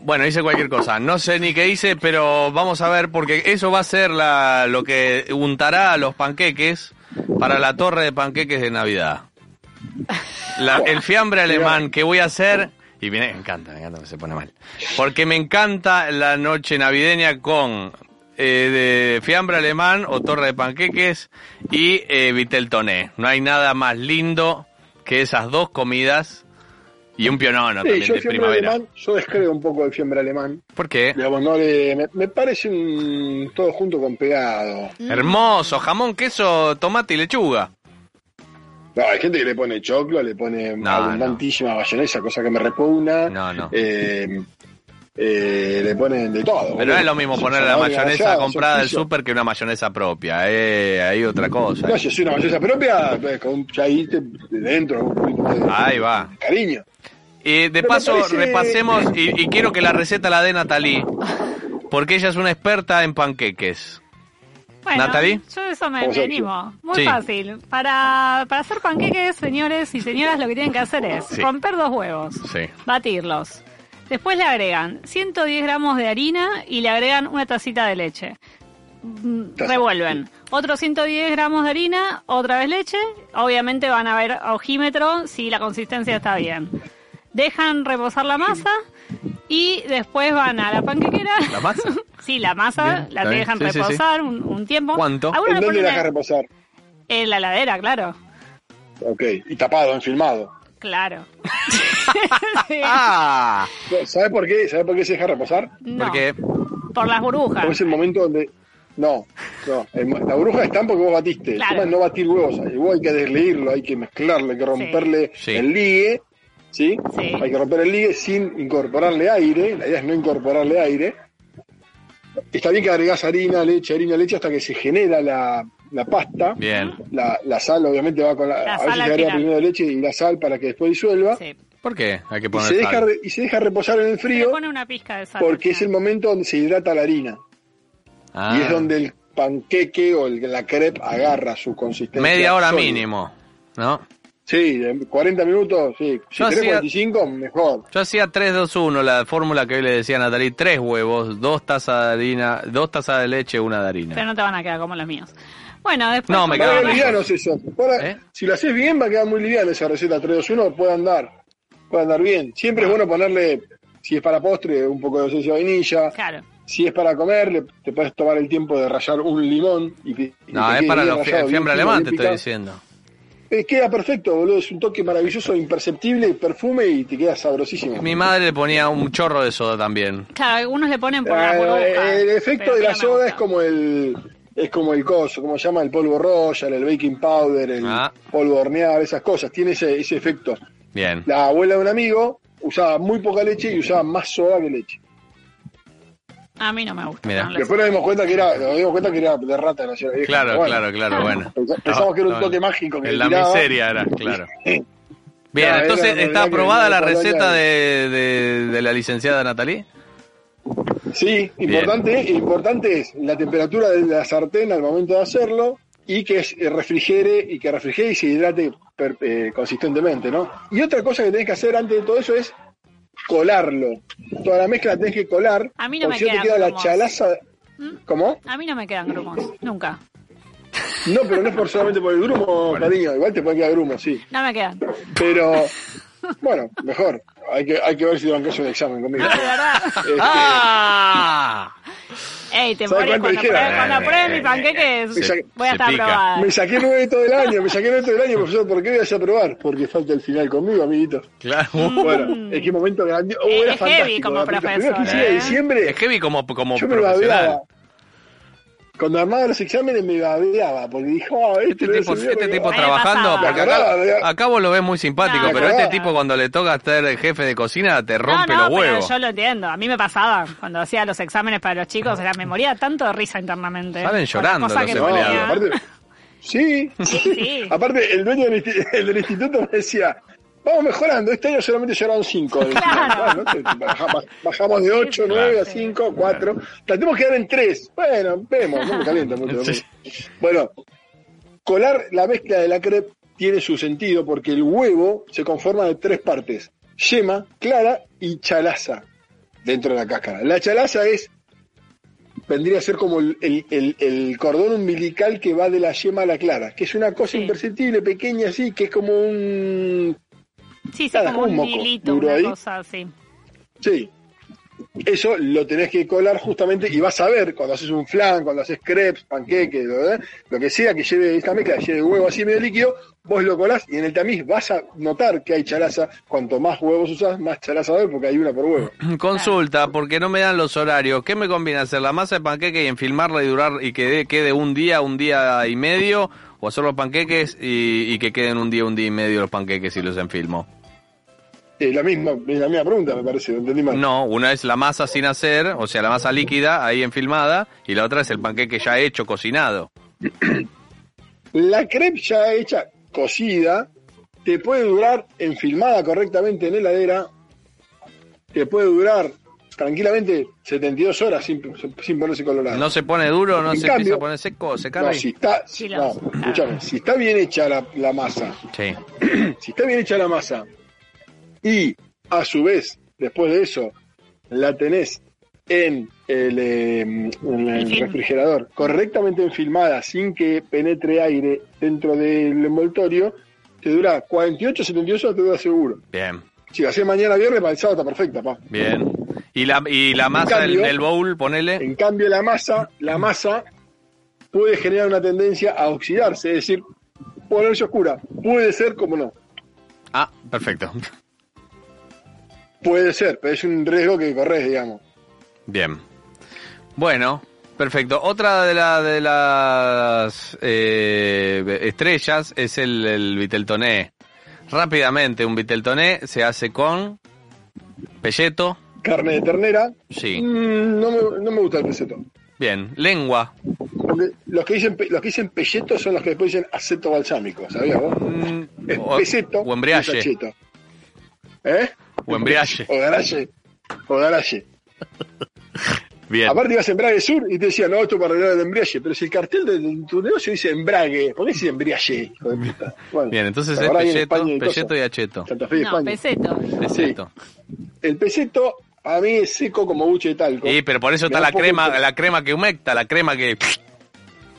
Speaker 2: Bueno, hice cualquier cosa. No sé ni qué hice, pero vamos a ver, porque eso va a ser la, lo que untará a los panqueques para la torre de panqueques de Navidad. La- el fiambre alemán que voy a hacer, y viene, me encanta, me encanta, se pone mal. Porque me encanta la noche navideña con eh, de fiambre alemán o torre de panqueques y eh, vitel toné. No hay nada más lindo que esas dos comidas y un pionono
Speaker 3: Sí,
Speaker 2: Ah, también
Speaker 3: yo
Speaker 2: de
Speaker 3: fiambre
Speaker 2: primavera.
Speaker 3: alemán, yo descreo un poco el fiambre alemán.
Speaker 2: ¿Por qué?
Speaker 3: Digamos, no le- me, me parece un todo junto con pegado.
Speaker 2: Hermoso, jamón, queso, tomate y lechuga.
Speaker 3: No, hay gente que le pone choclo, le pone
Speaker 2: No,
Speaker 3: abundantísima mayonesa, cosa que me repugna.
Speaker 2: No, no.
Speaker 3: Eh, eh, le ponen de todo.
Speaker 2: Pero
Speaker 3: boludo.
Speaker 2: no es lo mismo
Speaker 3: Son
Speaker 2: poner la
Speaker 3: zanahorias
Speaker 2: mayonesa
Speaker 3: galladas,
Speaker 2: comprada
Speaker 3: son
Speaker 2: del
Speaker 3: pisos.
Speaker 2: súper que una mayonesa propia. Eh, hay otra cosa.
Speaker 3: No, si es una mayonesa propia, pues, con, ya ahí te, de dentro, un poquito de,
Speaker 2: Ahí va.
Speaker 3: de cariño.
Speaker 2: Eh, de
Speaker 3: Pero me
Speaker 2: paso,
Speaker 3: parece-
Speaker 2: repasemos y, y quiero que la receta la dé Natalie, porque ella es una experta en panqueques.
Speaker 4: Bueno,
Speaker 2: ¿Natalie?
Speaker 4: yo de eso me,
Speaker 3: Como
Speaker 4: me
Speaker 3: Sergio.
Speaker 4: animo. Muy
Speaker 2: Sí.
Speaker 4: fácil. Para, para hacer panqueques, señores y señoras, lo que tienen que hacer es
Speaker 2: Sí.
Speaker 4: romper dos huevos,
Speaker 2: Sí.
Speaker 4: batirlos. Después le agregan 110 gramos de harina y le agregan una tacita de leche. Mm,
Speaker 3: Taza.
Speaker 4: Revuelven. Otros 110 gramos de harina, otra vez leche. Obviamente van a ver a ojímetro si la consistencia está bien. Dejan reposar la masa y después van a la panquequera.
Speaker 2: ¿La masa?
Speaker 4: *laughs* Sí, la masa
Speaker 2: Bien,
Speaker 4: la
Speaker 2: está bien.
Speaker 4: dejan
Speaker 2: Sí, sí, sí.
Speaker 4: reposar Un, un tiempo.
Speaker 2: ¿Cuánto?
Speaker 4: Algunos
Speaker 3: ¿En
Speaker 4: le
Speaker 3: dónde
Speaker 4: ponen
Speaker 3: la dejas reposar?
Speaker 4: En la heladera, claro.
Speaker 3: Ok, y tapado, enfilmado.
Speaker 2: *laughs*
Speaker 4: Claro. *laughs* Sí.
Speaker 2: ¡Ah!
Speaker 3: ¿Sabes por qué? ¿Sabes por qué se deja reposar?
Speaker 4: No,
Speaker 2: Porque.
Speaker 4: por las
Speaker 3: Porque es
Speaker 4: burbujas.
Speaker 3: el momento donde. No, no. el mo- la bruja están porque vos batiste. El
Speaker 4: Claro.
Speaker 3: tema es no batir huevos. El huevo hay que desleírlo, hay que mezclarlo, hay que romperle
Speaker 2: Sí.
Speaker 3: el ligue. ¿sí?
Speaker 4: Sí.
Speaker 3: Hay que romper el ligue sin incorporarle aire. La idea es no incorporarle aire. Está bien que agregás harina, leche, harina, leche hasta que se genera la, la pasta.
Speaker 2: Bien.
Speaker 3: La, la sal, obviamente, va con la.
Speaker 4: La
Speaker 3: a
Speaker 4: sal
Speaker 3: veces
Speaker 4: al
Speaker 3: se agrega
Speaker 4: final.
Speaker 3: primero leche y la sal para que después disuelva.
Speaker 4: Sí.
Speaker 2: ¿Por qué? Hay que
Speaker 3: Y,
Speaker 2: poner.
Speaker 3: se deja,
Speaker 2: sal.
Speaker 3: re- y se deja reposar en el
Speaker 4: Se le
Speaker 3: frío
Speaker 4: pone una pizca de sal.
Speaker 3: porque
Speaker 4: al
Speaker 3: es el
Speaker 4: final.
Speaker 3: momento donde se hidrata la harina.
Speaker 2: Ah.
Speaker 3: Y es donde el panqueque o el- la crepe agarra su consistencia.
Speaker 2: Media hora
Speaker 3: sólida.
Speaker 2: mínimo. ¿No?
Speaker 3: Sí, de 40 minutos, sí. Si
Speaker 2: Yo
Speaker 3: tenés
Speaker 2: hacía-
Speaker 3: 45, mejor.
Speaker 2: Yo hacía 3-2-1, la fórmula que hoy le decía a Natalie, tres huevos, dos tazas de harina, dos tazas de leche, una de harina.
Speaker 4: Pero no te van a quedar como los míos. Bueno, después.
Speaker 2: No, me
Speaker 3: Va a
Speaker 2: quedaba
Speaker 3: quedar
Speaker 2: mejor.
Speaker 3: liviano eso. Ahora,
Speaker 2: ¿Eh?
Speaker 3: Si lo haces bien, va a quedar muy liviano esa receta 3-2-1, puede andar. Puede andar bien. Siempre es bueno ponerle, si es para postre, un poco de esencia de vainilla.
Speaker 4: Claro.
Speaker 3: Si es para comer, le- te puedes tomar el tiempo de rallar un limón. Y, pi- y
Speaker 2: No,
Speaker 3: te
Speaker 2: es
Speaker 3: quede
Speaker 2: para
Speaker 3: bien
Speaker 2: los
Speaker 3: rallado,
Speaker 2: fie-
Speaker 3: bien
Speaker 2: fiambre
Speaker 3: fino,
Speaker 2: alemán, te
Speaker 3: bien
Speaker 2: estoy
Speaker 3: picado.
Speaker 2: diciendo.
Speaker 3: Eh, queda perfecto, boludo. Es un toque maravilloso, imperceptible, perfume y te queda sabrosísimo.
Speaker 2: Mi madre le ponía un chorro de soda también.
Speaker 4: Claro, algunos le ponen *laughs* por
Speaker 3: Ah,
Speaker 4: las burbujas.
Speaker 3: el efecto
Speaker 4: pero
Speaker 3: de
Speaker 4: sí
Speaker 3: la
Speaker 4: no me
Speaker 3: soda
Speaker 4: gusta.
Speaker 3: es como el es como el coso, como se llama el polvo royal, el baking powder, el
Speaker 2: Ah.
Speaker 3: polvo hornear, esas cosas, tiene ese, ese efecto.
Speaker 2: Bien.
Speaker 3: La abuela de un amigo usaba muy poca leche y usaba más soda que leche.
Speaker 4: A mí no me gusta.
Speaker 2: Mira.
Speaker 4: no lo sé.
Speaker 3: Después nos dimos cuenta que era, nos dimos cuenta que era de rata la señora vieja.
Speaker 2: Claro,
Speaker 3: Pero bueno,
Speaker 2: claro, claro,
Speaker 3: *laughs*
Speaker 2: bueno.
Speaker 3: Pensamos
Speaker 2: Estaba-
Speaker 3: que era un
Speaker 2: estaba
Speaker 3: toque
Speaker 2: en-
Speaker 3: mágico que
Speaker 2: En
Speaker 3: le
Speaker 2: la
Speaker 3: tiraba.
Speaker 2: miseria era,
Speaker 3: *laughs*
Speaker 2: claro. Bien,
Speaker 3: Claro,
Speaker 2: entonces,
Speaker 3: era
Speaker 2: ¿está
Speaker 3: una realidad que
Speaker 2: aprobada
Speaker 3: no
Speaker 2: la
Speaker 3: podía
Speaker 2: receta
Speaker 3: hablar.
Speaker 2: de, de- de la licenciada Natalie?
Speaker 3: Sí, importante, importante es la temperatura de la sartén al momento de hacerlo y que es- eh, refrigere y que refrigere y se hidrate per- eh, consistentemente, ¿no? Y otra cosa que tenés que hacer antes de todo eso es colarlo. Toda la mezcla la tenés que colar.
Speaker 4: A mí no
Speaker 3: porque si no
Speaker 4: me
Speaker 3: te
Speaker 4: quedan
Speaker 3: queda la
Speaker 4: grumos.
Speaker 3: chalaza.
Speaker 4: ¿Mm?
Speaker 3: ¿Cómo?
Speaker 4: A mí no me quedan grumos. Nunca.
Speaker 3: No, pero no es por solamente por el grumo, cariño. Igual te puede quedar grumo, sí.
Speaker 4: No me quedan. No,
Speaker 3: Pero bueno, mejor. Hay que, hay que ver si te bancas un examen conmigo. *laughs*
Speaker 4: de verdad.
Speaker 3: Este,
Speaker 4: ah,
Speaker 2: ¡Ah!
Speaker 4: Ey, te
Speaker 3: ¿Sabes
Speaker 4: morís
Speaker 3: cuánto
Speaker 4: cuando
Speaker 3: dijeron?
Speaker 4: pruebe, cuando
Speaker 2: Eh,
Speaker 4: pruebe
Speaker 2: eh,
Speaker 4: mi panqueque.
Speaker 3: eh,
Speaker 4: es-
Speaker 3: eh,
Speaker 4: Voy a
Speaker 2: se
Speaker 4: estar
Speaker 2: pica.
Speaker 4: aprobada.
Speaker 3: Me saqué nueve todo el año, me saqué nueve todo el año, profesor, ¿por qué me vas a probar? Porque falta el final conmigo, amiguito.
Speaker 2: Claro.
Speaker 3: Bueno, es que momento grandioso.
Speaker 4: Eh,
Speaker 3: era
Speaker 4: Mm. es heavy
Speaker 3: fantástico.
Speaker 4: como
Speaker 3: la primera-
Speaker 4: profesor,
Speaker 3: primera quincena de
Speaker 4: ¿eh?
Speaker 3: diciembre,
Speaker 2: Es heavy como, como
Speaker 3: yo me babeaba.
Speaker 2: profesional.
Speaker 3: Cuando armaba los exámenes me babeaba, porque dijo, "Ah, este,
Speaker 2: Este
Speaker 3: lo voy a
Speaker 2: tipo,
Speaker 3: hacer
Speaker 2: este
Speaker 3: bien,
Speaker 2: tipo
Speaker 4: Me
Speaker 3: porque-
Speaker 2: trabajando,
Speaker 4: pasaba.
Speaker 2: porque
Speaker 3: Me
Speaker 2: acá, acá vos lo ves muy simpático,
Speaker 4: No.
Speaker 2: pero este
Speaker 3: Me
Speaker 2: tipo cuando le toca ser el jefe de cocina te
Speaker 4: No,
Speaker 2: rompe
Speaker 4: no,
Speaker 2: los
Speaker 4: pero
Speaker 2: huevos.
Speaker 4: yo lo entiendo. A mí me pasaba cuando hacía los exámenes para los chicos, era, me moría tanto de risa internamente.
Speaker 2: Salen
Speaker 4: Con las
Speaker 2: llorando
Speaker 4: cosas
Speaker 2: los
Speaker 4: que
Speaker 3: No,
Speaker 2: empleados.
Speaker 4: ponía.
Speaker 3: aparte, sí,
Speaker 4: *laughs* Sí, sí.
Speaker 3: *laughs* aparte el dueño del, insti- el del instituto me decía, vamos mejorando, este año solamente lloraron
Speaker 4: *laughs*
Speaker 3: "Ah, 5.
Speaker 4: Claro.
Speaker 3: Bajamos de 8,
Speaker 4: Sí,
Speaker 3: 9 a
Speaker 4: sí.
Speaker 3: 5, 4. Tratemos de quedar en 3. Bueno, vemos, no me calienta mucho.
Speaker 2: Sí.
Speaker 3: Bueno, colar la mezcla de la crepe tiene su sentido porque el huevo se conforma de tres partes, yema, clara y chalaza dentro de la cáscara. La chalaza es vendría a ser como el, el- el- el cordón umbilical que va de la yema a la clara, que es una cosa
Speaker 4: Sí.
Speaker 3: imperceptible, pequeña así, que es como un...
Speaker 4: Sí, sí,
Speaker 3: Nada,
Speaker 4: como
Speaker 3: un
Speaker 4: un
Speaker 3: moco
Speaker 4: hilito,
Speaker 3: duro
Speaker 4: una
Speaker 3: ahí.
Speaker 4: cosa así.
Speaker 3: Sí. Eso lo tenés que colar justamente y vas a ver cuando haces un flan, cuando haces crepes, panqueques, lo, lo que sea que lleve esta mezcla, lleve huevo así medio líquido, vos lo colás y en el tamiz vas a notar que hay chalaza. Cuanto más huevos usás, más chalaza va a haber porque hay una por huevo.
Speaker 2: *clears throat* Consulta, porque no me dan los horarios. ¿Qué me conviene hacer? ¿La masa de panqueque y enfilmarla y durar y que dé- quede un día, un día y medio? ¿O hacer los panqueques y, y que queden un día, un día y medio los panqueques y los enfilmo?
Speaker 3: Es la misma, es la misma pregunta, me parece, ¿lo entendí mal?
Speaker 2: No, una es la masa sin hacer, o sea, la masa líquida ahí enfilmada, y la otra es el panqueque ya hecho, cocinado.
Speaker 3: La crepe ya hecha, cocida, te puede durar enfilmada correctamente en heladera, te puede durar tranquilamente 72 horas sin, sin ponerse colorado.
Speaker 2: No se pone duro, no
Speaker 3: En
Speaker 2: se
Speaker 3: cambio-
Speaker 2: empieza a poner seco, se
Speaker 3: No,
Speaker 2: carga. y-
Speaker 3: si está,
Speaker 4: Sí,
Speaker 3: no,
Speaker 4: los-
Speaker 3: escúchame, si está bien hecha la, la masa,
Speaker 2: Sí.
Speaker 3: si está bien hecha la masa y a su vez, después de eso, la tenés en el, eh, en el
Speaker 4: El film.
Speaker 3: refrigerador correctamente enfilmada sin que penetre aire dentro del envoltorio, te dura 48, 72 horas, te dura seguro.
Speaker 2: Bien,
Speaker 3: Si lo haces mañana viernes, para el sábado está perfecta, pa.
Speaker 2: bien. Y la, y la masa del,
Speaker 3: cambio-
Speaker 2: del bowl, ponele.
Speaker 3: En cambio, la masa, la masa puede generar una tendencia a oxidarse, es decir, ponerse oscura. Puede ser como no.
Speaker 2: Ah, perfecto. *laughs*
Speaker 3: Puede ser, pero es un riesgo que corres, digamos.
Speaker 2: Bien. Bueno, perfecto. Otra de, la, de las eh, estrellas es el, el Viteltoné. Rápidamente, un Viteltoné se hace con pelleto.
Speaker 3: Carne de ternera,
Speaker 2: Sí,
Speaker 3: mm, no, me, no me gusta el peseto.
Speaker 2: bien. Lengua.
Speaker 3: Porque los que dicen pe- los que dicen pelleto son los que después dicen aceto balsámico, ¿sabías vos?
Speaker 2: Mm,
Speaker 3: Es
Speaker 2: o,
Speaker 3: peseto
Speaker 2: o embriague.
Speaker 3: y sacheto. ¿Eh?
Speaker 2: O embriague.
Speaker 3: O garaje. O garaje.
Speaker 2: Bien.
Speaker 3: Aparte ibas a Embrague Sur y te decían, no, esto para arreglar el embrague. Pero si el cartel de tu negocio dice embrague, ¿por qué dice embrague? hijo de puta? Bueno,
Speaker 2: Bien, entonces
Speaker 3: la
Speaker 2: es
Speaker 3: verdad que en
Speaker 2: pelleto,
Speaker 3: España hay
Speaker 2: pelleto
Speaker 3: cosas.
Speaker 2: y acheto.
Speaker 3: Santa Fe de
Speaker 4: No,
Speaker 3: España.
Speaker 4: peseto.
Speaker 2: Peseto.
Speaker 3: El peseto a mí es seco como buche de talco.
Speaker 2: Y, pero por eso
Speaker 3: Me
Speaker 2: está
Speaker 3: da
Speaker 2: la
Speaker 3: un poco
Speaker 2: crema,
Speaker 3: de-
Speaker 2: la crema que humecta, la crema que...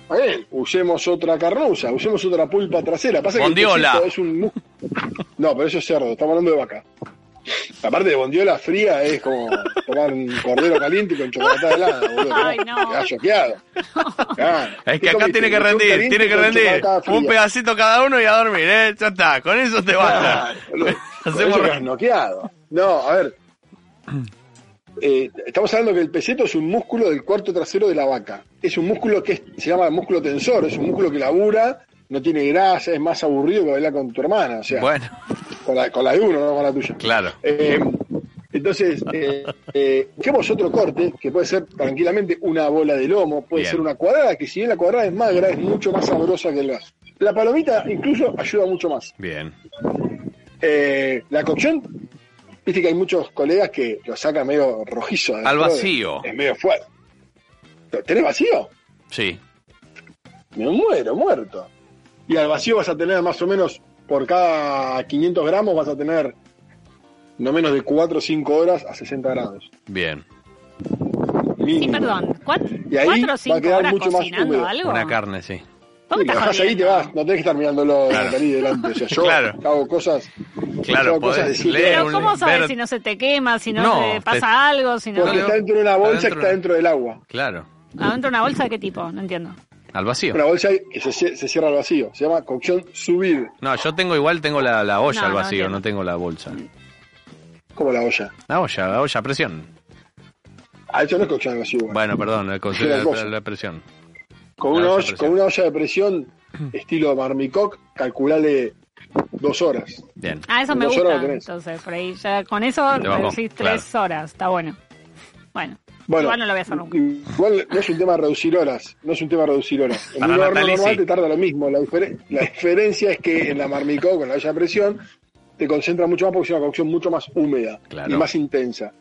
Speaker 3: A ver, Eh, usemos otra carnosa, usemos otra pulpa trasera. Pasa que el
Speaker 2: Bondiola.
Speaker 3: peseto es un... mu- No, pero eso es cerdo, estamos hablando de vaca. Aparte de bondiola fría es como tomar un cordero caliente con chocolatada helada, boludo.
Speaker 4: Ay,
Speaker 3: ¿no?
Speaker 4: no.
Speaker 3: Quedás
Speaker 4: *laughs*
Speaker 3: choqueado. Ah,
Speaker 2: Es que
Speaker 3: ¿qué
Speaker 2: acá
Speaker 3: comiste?
Speaker 2: tiene que
Speaker 3: Bondiola
Speaker 2: rendir,
Speaker 3: caliente
Speaker 2: tiene que
Speaker 3: con
Speaker 2: rendir.
Speaker 3: chocolatada fría.
Speaker 2: Un pedacito cada uno y a dormir, ¿eh? Ya está, con eso te basta.
Speaker 3: Claro, boludo.
Speaker 2: *laughs*
Speaker 3: Con
Speaker 2: Hacemos
Speaker 3: eso
Speaker 2: re-
Speaker 3: quedás noqueado. No,
Speaker 2: *clears throat*
Speaker 3: a ver. Eh, estamos hablando que el peseto es un músculo del cuarto trasero de la vaca. Es un músculo que es- se llama músculo tensor, es un músculo que labura, no tiene grasa, es más aburrido que bailar con tu hermana, o sea,
Speaker 2: Bueno,
Speaker 3: con, la, con la de uno, no con la tuya.
Speaker 2: claro.
Speaker 3: Eh, entonces, eh, eh, busquemos otro corte que puede ser tranquilamente una bola de lomo, puede
Speaker 2: Bien.
Speaker 3: ser una cuadrada, que si bien la cuadrada es magra, es mucho más sabrosa que el gas. La palomita incluso ayuda mucho más.
Speaker 2: Bien.
Speaker 3: Eh, la cocción, viste que hay muchos colegas que lo sacan medio rojizo.
Speaker 2: Al
Speaker 3: adentro de-
Speaker 2: vacío.
Speaker 3: Es medio fuerte. ¿Lo ¿Tenés vacío?
Speaker 2: Sí,
Speaker 3: Me muero, muerto. Y al vacío vas a tener más o menos, por cada 500 gramos vas a tener no menos de 4 o 5 horas a 60 grados.
Speaker 2: bien.
Speaker 4: Sí,
Speaker 3: Mínimo.
Speaker 4: perdón. ¿Cuat-
Speaker 3: Y ahí
Speaker 4: ¿Cuatro
Speaker 3: va
Speaker 4: o
Speaker 3: a
Speaker 4: cinco
Speaker 3: quedar
Speaker 4: horas
Speaker 3: mucho más
Speaker 4: cocinando
Speaker 3: húmedo.
Speaker 4: algo?
Speaker 2: Una carne, sí.
Speaker 4: ¿Vos
Speaker 3: Sí,
Speaker 4: me
Speaker 3: lo
Speaker 4: estás
Speaker 3: dejás ahí y te
Speaker 4: jodiendo?
Speaker 3: vas, no tenés que estar mirándolo
Speaker 2: Claro.
Speaker 3: de ahí delante. O sea, yo
Speaker 2: Claro.
Speaker 3: hago cosas, yo
Speaker 2: Claro,
Speaker 3: hago cosas de
Speaker 2: podés
Speaker 3: siete
Speaker 2: leer
Speaker 3: horas.
Speaker 4: Pero
Speaker 2: un...
Speaker 4: ¿cómo sabes
Speaker 2: ver-
Speaker 4: si no se te quema, si no,
Speaker 2: No,
Speaker 4: te
Speaker 2: te-
Speaker 4: pasa algo, si no...
Speaker 3: Porque
Speaker 2: Claro.
Speaker 3: está dentro de una bolsa
Speaker 2: Está
Speaker 3: que está
Speaker 2: dentro
Speaker 3: dentro del agua.
Speaker 2: Claro,
Speaker 4: ¿Adentro una bolsa de qué tipo? No entiendo.
Speaker 2: al vacío.
Speaker 3: Una bolsa que se, cie- se cierra al vacío. Se llama cocción subir,
Speaker 2: No, yo tengo igual, tengo la, la olla
Speaker 4: No,
Speaker 2: al
Speaker 4: no
Speaker 2: vacío,
Speaker 4: entiendo.
Speaker 2: no tengo la bolsa.
Speaker 3: como la olla.
Speaker 2: La olla, la olla a presión.
Speaker 3: Ah, eso no es cocción al vacío. bueno.
Speaker 2: Bueno, perdón, el
Speaker 3: *laughs*
Speaker 2: concepto
Speaker 3: Era
Speaker 2: de
Speaker 3: cosa.
Speaker 2: la, la presión.
Speaker 3: con,
Speaker 2: la olla
Speaker 3: una
Speaker 2: a
Speaker 3: olla,
Speaker 2: presión.
Speaker 3: con una olla de presión estilo Marmicoc, calculale dos horas.
Speaker 2: Bien.
Speaker 4: Ah, eso me
Speaker 3: Dos
Speaker 4: gusta.
Speaker 3: horas lo tenés.
Speaker 4: Entonces, por ahí ya con eso
Speaker 2: Le bajó,
Speaker 4: reducís tres horas. Está bueno. Bueno.
Speaker 3: Bueno, mm,
Speaker 4: Igual no lo voy a hacer nunca.
Speaker 3: Igual no es un tema de reducir horas, no es un tema de reducir horas. En
Speaker 2: Para
Speaker 3: un horno
Speaker 2: Natalici.
Speaker 3: normal te tarda lo mismo. La, difere- la diferencia es que en la Marmicoc, con la olla de presión, te concentra mucho más porque es una cocción mucho más húmeda
Speaker 2: Claro.
Speaker 3: y más intensa.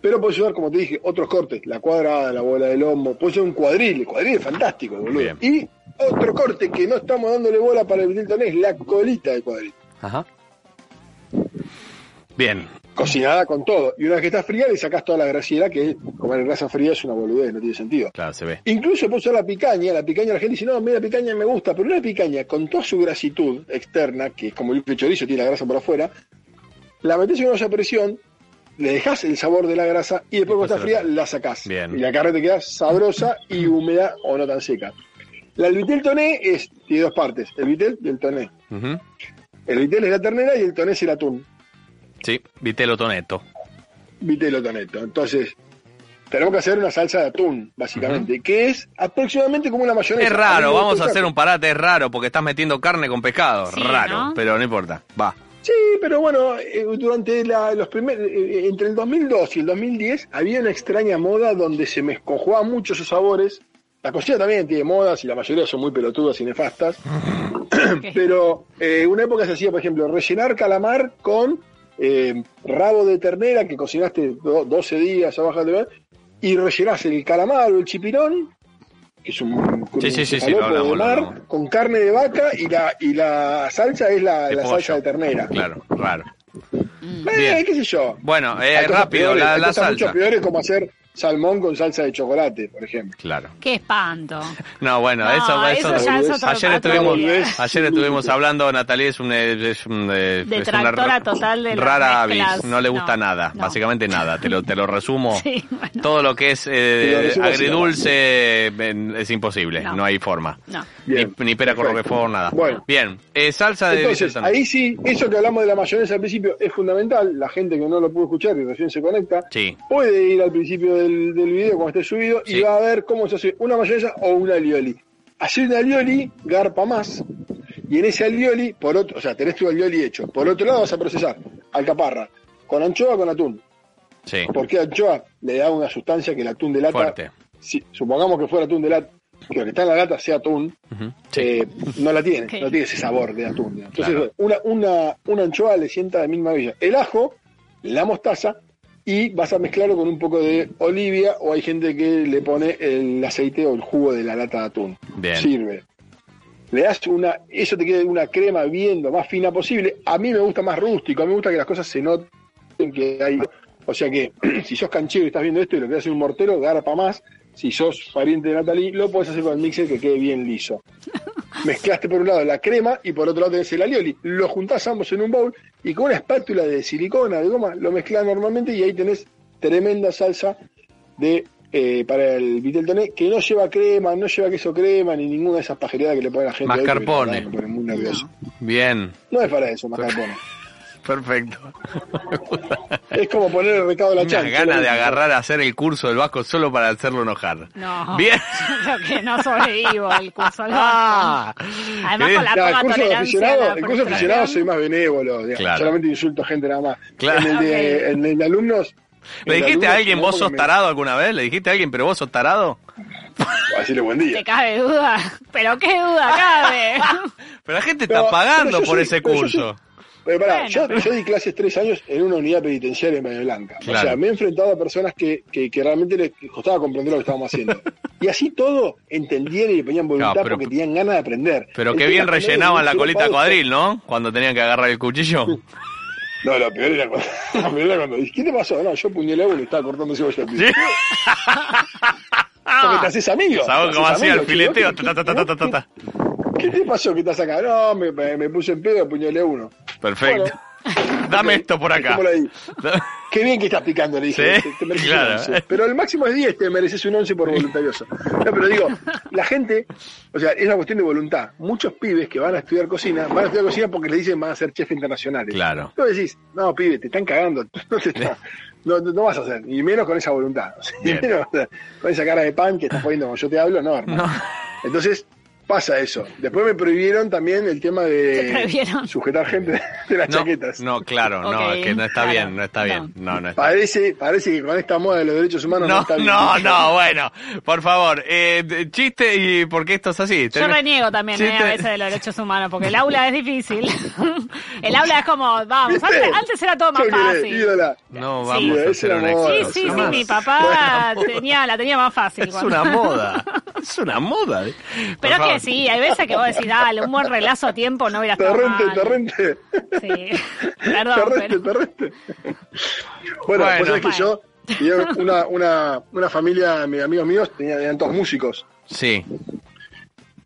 Speaker 3: Pero puedes usar, como te dije, otros cortes, la cuadrada, la bola de lomo, puede ser un cuadril, el cuadril es fantástico, boludo.
Speaker 2: Bien.
Speaker 3: Y otro corte que no estamos dándole bola para el Middleton es la colita de cuadril.
Speaker 2: Ajá. Bien,
Speaker 3: cocinada con todo. Y una vez que está fría, le sacás toda la grasiedad, que comer grasa fría es una boludez, no tiene sentido.
Speaker 2: claro, se ve.
Speaker 3: Incluso puedo usar la picaña, la picaña la gente dice, no, mira, la picaña me gusta, pero una picaña con toda su grasitud externa, que es como el bife chorizo, tiene la grasa por afuera, la metés en una olla a presión, le dejás el sabor de la grasa y después cuando está
Speaker 2: Después
Speaker 3: fría
Speaker 2: se la-
Speaker 3: la sacás.
Speaker 2: Bien.
Speaker 3: Y la carne te queda sabrosa y húmeda o no tan seca. La del vitel toné es, tiene dos partes, el vitel y el toné.
Speaker 2: Ujú.
Speaker 3: El vitel es la ternera y el toné es el atún.
Speaker 2: Sí, vitelo toneto.
Speaker 3: vitelo toneto. Entonces, tenemos que hacer una salsa de atún, básicamente, que es aproximadamente como una mayonesa.
Speaker 2: Es raro,
Speaker 3: mí me
Speaker 2: vamos a
Speaker 3: gusta
Speaker 2: hacer
Speaker 3: usar-
Speaker 2: un parate, es raro, porque estás metiendo carne con pescado.
Speaker 4: Sí,
Speaker 2: raro,
Speaker 4: ¿no?
Speaker 2: pero no importa. Va.
Speaker 3: Sí, pero bueno, eh, durante la- los primeros, entre el 2002 y el 2010 había una extraña moda donde se mezcojaban mucho esos sabores. La cocina también tiene modas y la mayoría son muy pelotudas y nefastas.
Speaker 4: Ok.
Speaker 3: *coughs* Pero eh, una época se hacía, por ejemplo, rellenar calamar con eh, rabo de ternera que cocinaste do- 12 días abajo de y rellenás el calamar o el chipirón, que es un,
Speaker 2: Sí, sí, sí, sí,
Speaker 3: un
Speaker 2: lo hablamos,
Speaker 3: de
Speaker 2: lo
Speaker 3: mar,
Speaker 2: hablamos.
Speaker 3: con carne de vaca y la, y la salsa es la,
Speaker 2: De
Speaker 3: la
Speaker 2: pollo.
Speaker 3: salsa de ternera.
Speaker 2: Claro, raro.
Speaker 3: Eh,
Speaker 2: Bien.
Speaker 3: qué sé yo.
Speaker 2: Bueno, eh,
Speaker 3: Hay cosas
Speaker 2: rápido,
Speaker 3: peores,
Speaker 2: la,
Speaker 3: hay
Speaker 2: la
Speaker 3: cosas mucho
Speaker 2: salsa.
Speaker 3: peores como hacer salmón con salsa de chocolate, por ejemplo.
Speaker 2: Claro.
Speaker 4: Qué espanto.
Speaker 2: No, bueno,
Speaker 4: No,
Speaker 2: eso, eso,
Speaker 4: eso ya es otro-
Speaker 2: ayer
Speaker 4: otro
Speaker 3: nivel.
Speaker 2: estuvimos, ayer estuvimos hablando, Natalie es, un, eh, es, un, eh, es una
Speaker 4: Detractora
Speaker 2: ra-
Speaker 4: total de las
Speaker 2: rara
Speaker 4: mezclas.
Speaker 2: avis, no le gusta
Speaker 4: No,
Speaker 2: nada,
Speaker 4: no.
Speaker 2: básicamente nada, te lo, te lo resumo.
Speaker 4: *laughs* Sí, bueno.
Speaker 2: Todo lo que es eh,
Speaker 3: Te lo resumo así,
Speaker 2: agridulce eh, es imposible,
Speaker 4: No.
Speaker 2: no, hay forma.
Speaker 4: No.
Speaker 2: Ni,
Speaker 3: Bien,
Speaker 2: ni pera con
Speaker 3: perfecto.
Speaker 2: roquefort, nada.
Speaker 3: Bueno.
Speaker 2: Bien, eh, salsa de
Speaker 3: Entonces,
Speaker 2: Vicente.
Speaker 3: ahí sí, eso que hablamos de la mayonesa al principio es fundamental. La gente que no lo pudo escuchar y recién se conecta,
Speaker 2: Sí.
Speaker 3: puede ir al principio del, del video cuando esté subido
Speaker 2: Sí.
Speaker 3: y va a ver cómo se hace una mayonesa o un alioli. Hacer un alioli garpa más y en ese alioli, por otro, o sea, tenés tu alioli hecho. Por otro lado vas a procesar alcaparra con anchoa con atún.
Speaker 2: Sí,
Speaker 3: Porque anchoa le da una sustancia que el atún de lata,
Speaker 2: fuerte.
Speaker 3: si- supongamos que fuera atún de lata, que lo que está en la lata sea atún,
Speaker 2: Ujú. Sí.
Speaker 3: eh, no la tiene,
Speaker 4: Ok.
Speaker 3: no tiene ese sabor de atún. ¿no? Entonces,
Speaker 2: Claro.
Speaker 3: una, una, una anchoa le sienta de mil maravillas. El ajo, la mostaza, y vas a mezclarlo con un poco de olivia, o hay gente que le pone el aceite o el jugo de la lata de atún.
Speaker 2: Bien.
Speaker 3: Sirve. Le das una, eso te queda una crema bien lo más fina posible. A mí me gusta más rústico, a mí me gusta que las cosas se noten que hay. O sea que *clears throat* si sos canchero y estás viendo esto y lo querés hacer un mortero, garpa más. Si sos pariente de Natalie, lo podés hacer con el mixer que quede bien liso. Mezclaste por un lado la crema y por otro lado tenés el alioli. Lo juntás ambos en un bowl y con una espátula de silicona, de goma, lo mezclás normalmente y ahí tenés tremenda salsa de eh, para el vitel toné que no lleva crema, no lleva queso crema ni ninguna de esas pajereadas que le ponen a la gente. hoy, porque la
Speaker 2: Mascarpone.
Speaker 3: verdad me pone muy nervioso.
Speaker 2: Bien,
Speaker 3: No es para
Speaker 2: *laughs*
Speaker 3: eso, mascarpone.
Speaker 2: perfecto.
Speaker 3: es como poner el recado a la
Speaker 2: Una
Speaker 3: chancha.
Speaker 2: gana
Speaker 3: lo
Speaker 2: de
Speaker 3: mismo.
Speaker 2: agarrar a hacer el curso del Vasco solo para hacerlo enojar.
Speaker 4: No.
Speaker 2: *laughs* Bien.
Speaker 4: *laughs* Yo creo que no sobrevivo al curso al banco.
Speaker 2: Ah,
Speaker 4: Además,
Speaker 2: ¿querés?
Speaker 4: con la
Speaker 3: Nah, el
Speaker 4: poca
Speaker 3: curso de
Speaker 4: tolerancia a
Speaker 3: aficionado,
Speaker 4: la
Speaker 3: el curso de
Speaker 4: frustración.
Speaker 3: aficionado soy más benévolo, digamos,
Speaker 2: Claro.
Speaker 3: solamente insulto a gente nada más.
Speaker 2: Claro.
Speaker 3: En el de,
Speaker 4: Ok.
Speaker 3: en el de alumnos.
Speaker 2: *laughs* ¿Le
Speaker 3: en el de
Speaker 2: dijiste a
Speaker 3: alumnos,
Speaker 2: alguien,
Speaker 3: no,
Speaker 2: vos
Speaker 3: porque
Speaker 2: sos
Speaker 3: me-
Speaker 2: tarado alguna vez? ¿Le dijiste a alguien, pero vos sos tarado?
Speaker 3: Así le buen día.
Speaker 4: Te cabe duda. *laughs* Pero qué duda cabe.
Speaker 3: *laughs*
Speaker 2: Pero la gente
Speaker 3: Pero-
Speaker 2: está pagando
Speaker 3: pero yo
Speaker 2: por
Speaker 3: soy-
Speaker 2: ese
Speaker 3: pero yo
Speaker 2: curso.
Speaker 3: Pero Eh, pará,
Speaker 4: Bueno,
Speaker 3: yo,
Speaker 4: pero-
Speaker 3: yo di clases tres años en una unidad penitenciaria en Bahía Blanca. O
Speaker 2: Claro.
Speaker 3: sea, me he enfrentado a personas que, que, que realmente les costaba comprender lo que estábamos haciendo. Y así todo entendían y le ponían voluntad
Speaker 2: No, pero-
Speaker 3: porque tenían ganas de aprender.
Speaker 2: Pero
Speaker 3: El
Speaker 2: qué
Speaker 3: tema
Speaker 2: bien
Speaker 3: es que no
Speaker 2: rellenaban la
Speaker 3: les
Speaker 2: colita
Speaker 3: gustaba esto.
Speaker 2: cuadril, ¿no? Cuando tenían que agarrar el cuchillo.
Speaker 3: No, lo peor era cuando, *laughs* lo peor era cuando, ¿qué te pasó? No, yo puñalé a uno y estaba cortando cebolla.
Speaker 2: ¿Sí?
Speaker 3: Porque te haces amigo.
Speaker 2: ¿Sabes
Speaker 3: te
Speaker 2: cómo
Speaker 3: haces
Speaker 2: hacía el
Speaker 3: amigo, che,
Speaker 2: fileteo?
Speaker 3: ¿vos
Speaker 2: Ta, ta, ta, ta, ta, ta, ta.
Speaker 3: ¿Qué te pasó que estás acá? No, me, me, me puse en pedo, puñalé a uno.
Speaker 2: Perfecto. *laughs* Dame esto por acá.
Speaker 3: Dejémoslo ahí. Qué bien que estás picando, le dije.
Speaker 2: Sí,
Speaker 3: Te, te mereces
Speaker 2: claro.
Speaker 3: un 11. Pero el máximo es 10, te mereces un 11 por voluntarioso. No, pero digo, la gente, o sea, es una cuestión de voluntad. Muchos pibes que van a estudiar cocina, van a estudiar cocina porque les dicen van a ser chefs
Speaker 2: *laughs*
Speaker 3: internacionales.
Speaker 2: Claro.
Speaker 3: Tú decís, no, pibe, te están cagando. *laughs* No, te está- no, no- no vas a hacer, y menos con esa voluntad. O sea,
Speaker 2: Bien.
Speaker 3: menos con esa cara de pan que estás poniendo cuando yo te hablo, no, hermano. Entonces, pasa eso. Después me prohibieron también el tema
Speaker 4: Te
Speaker 3: de
Speaker 4: prohibieron.
Speaker 3: sujetar gente de las
Speaker 2: No,
Speaker 3: chaquetas.
Speaker 2: no, claro, no,
Speaker 4: Ok,
Speaker 2: es que no está
Speaker 4: claro,
Speaker 2: bien, no está
Speaker 4: no.
Speaker 2: bien. No, no está
Speaker 3: Parece, parece que con esta moda de los derechos humanos no,
Speaker 2: No,
Speaker 3: está bien.
Speaker 2: no, no, bueno, por favor, eh, de- chiste y por qué esto es así.
Speaker 4: Yo
Speaker 2: Termi-
Speaker 4: reniego también eh,
Speaker 2: Chiste-
Speaker 4: a veces de los derechos humanos, porque el aula
Speaker 3: *laughs*
Speaker 4: es difícil. el aula es como, vamos,
Speaker 3: ¿Viste?
Speaker 4: antes, antes era todo más
Speaker 3: Yo quería,
Speaker 4: fácil.
Speaker 3: ídola.
Speaker 2: No,
Speaker 4: Sí.
Speaker 2: vamos a
Speaker 3: Es
Speaker 2: hacer
Speaker 3: una
Speaker 2: un
Speaker 3: moda,
Speaker 4: Sí,
Speaker 2: éxito.
Speaker 3: Bueno,
Speaker 4: sí, sí,
Speaker 2: jamás.
Speaker 4: mi
Speaker 2: Buena
Speaker 3: *laughs*
Speaker 4: papá
Speaker 2: moda.
Speaker 4: tenía, la tenía más fácil.
Speaker 2: Es
Speaker 4: cuando-
Speaker 2: una moda, es una moda. Por
Speaker 4: *laughs* Pero es
Speaker 2: favor.
Speaker 4: que sí, hay veces que vos decís, dale, un buen relazo a tiempo no hubiera estado
Speaker 3: Torrente,
Speaker 4: mal.
Speaker 3: torrente. *laughs*
Speaker 4: Sí, perdón,
Speaker 3: Torrente,
Speaker 4: pero...
Speaker 3: torrente. Bueno,
Speaker 2: Bueno.
Speaker 3: pues es que
Speaker 4: Bueno.
Speaker 3: yo, tenía una, una, una familia, mis amigos míos, tenían, eran todos músicos.
Speaker 2: Sí.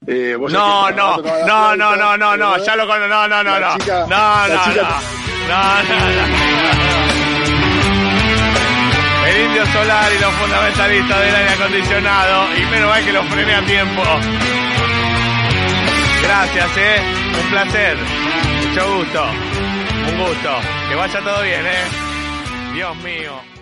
Speaker 3: Eh, vos
Speaker 2: No,
Speaker 3: sabés que mi
Speaker 2: no,
Speaker 3: mamá tocaba la
Speaker 2: no,
Speaker 3: flauta,
Speaker 2: no, no, no,
Speaker 3: mi
Speaker 2: no,
Speaker 3: mamá-
Speaker 2: ya lo conozco, no, no, no,
Speaker 3: La
Speaker 2: no,
Speaker 3: chica-
Speaker 2: no,
Speaker 3: la
Speaker 2: no,
Speaker 3: chica-
Speaker 2: no, no, no. El indio solar y los fundamentalistas del aire acondicionado, y menos mal que los frené a tiempo. Gracias, eh, un placer, mucho gusto, un gusto, que vaya todo bien, eh. Dios mío.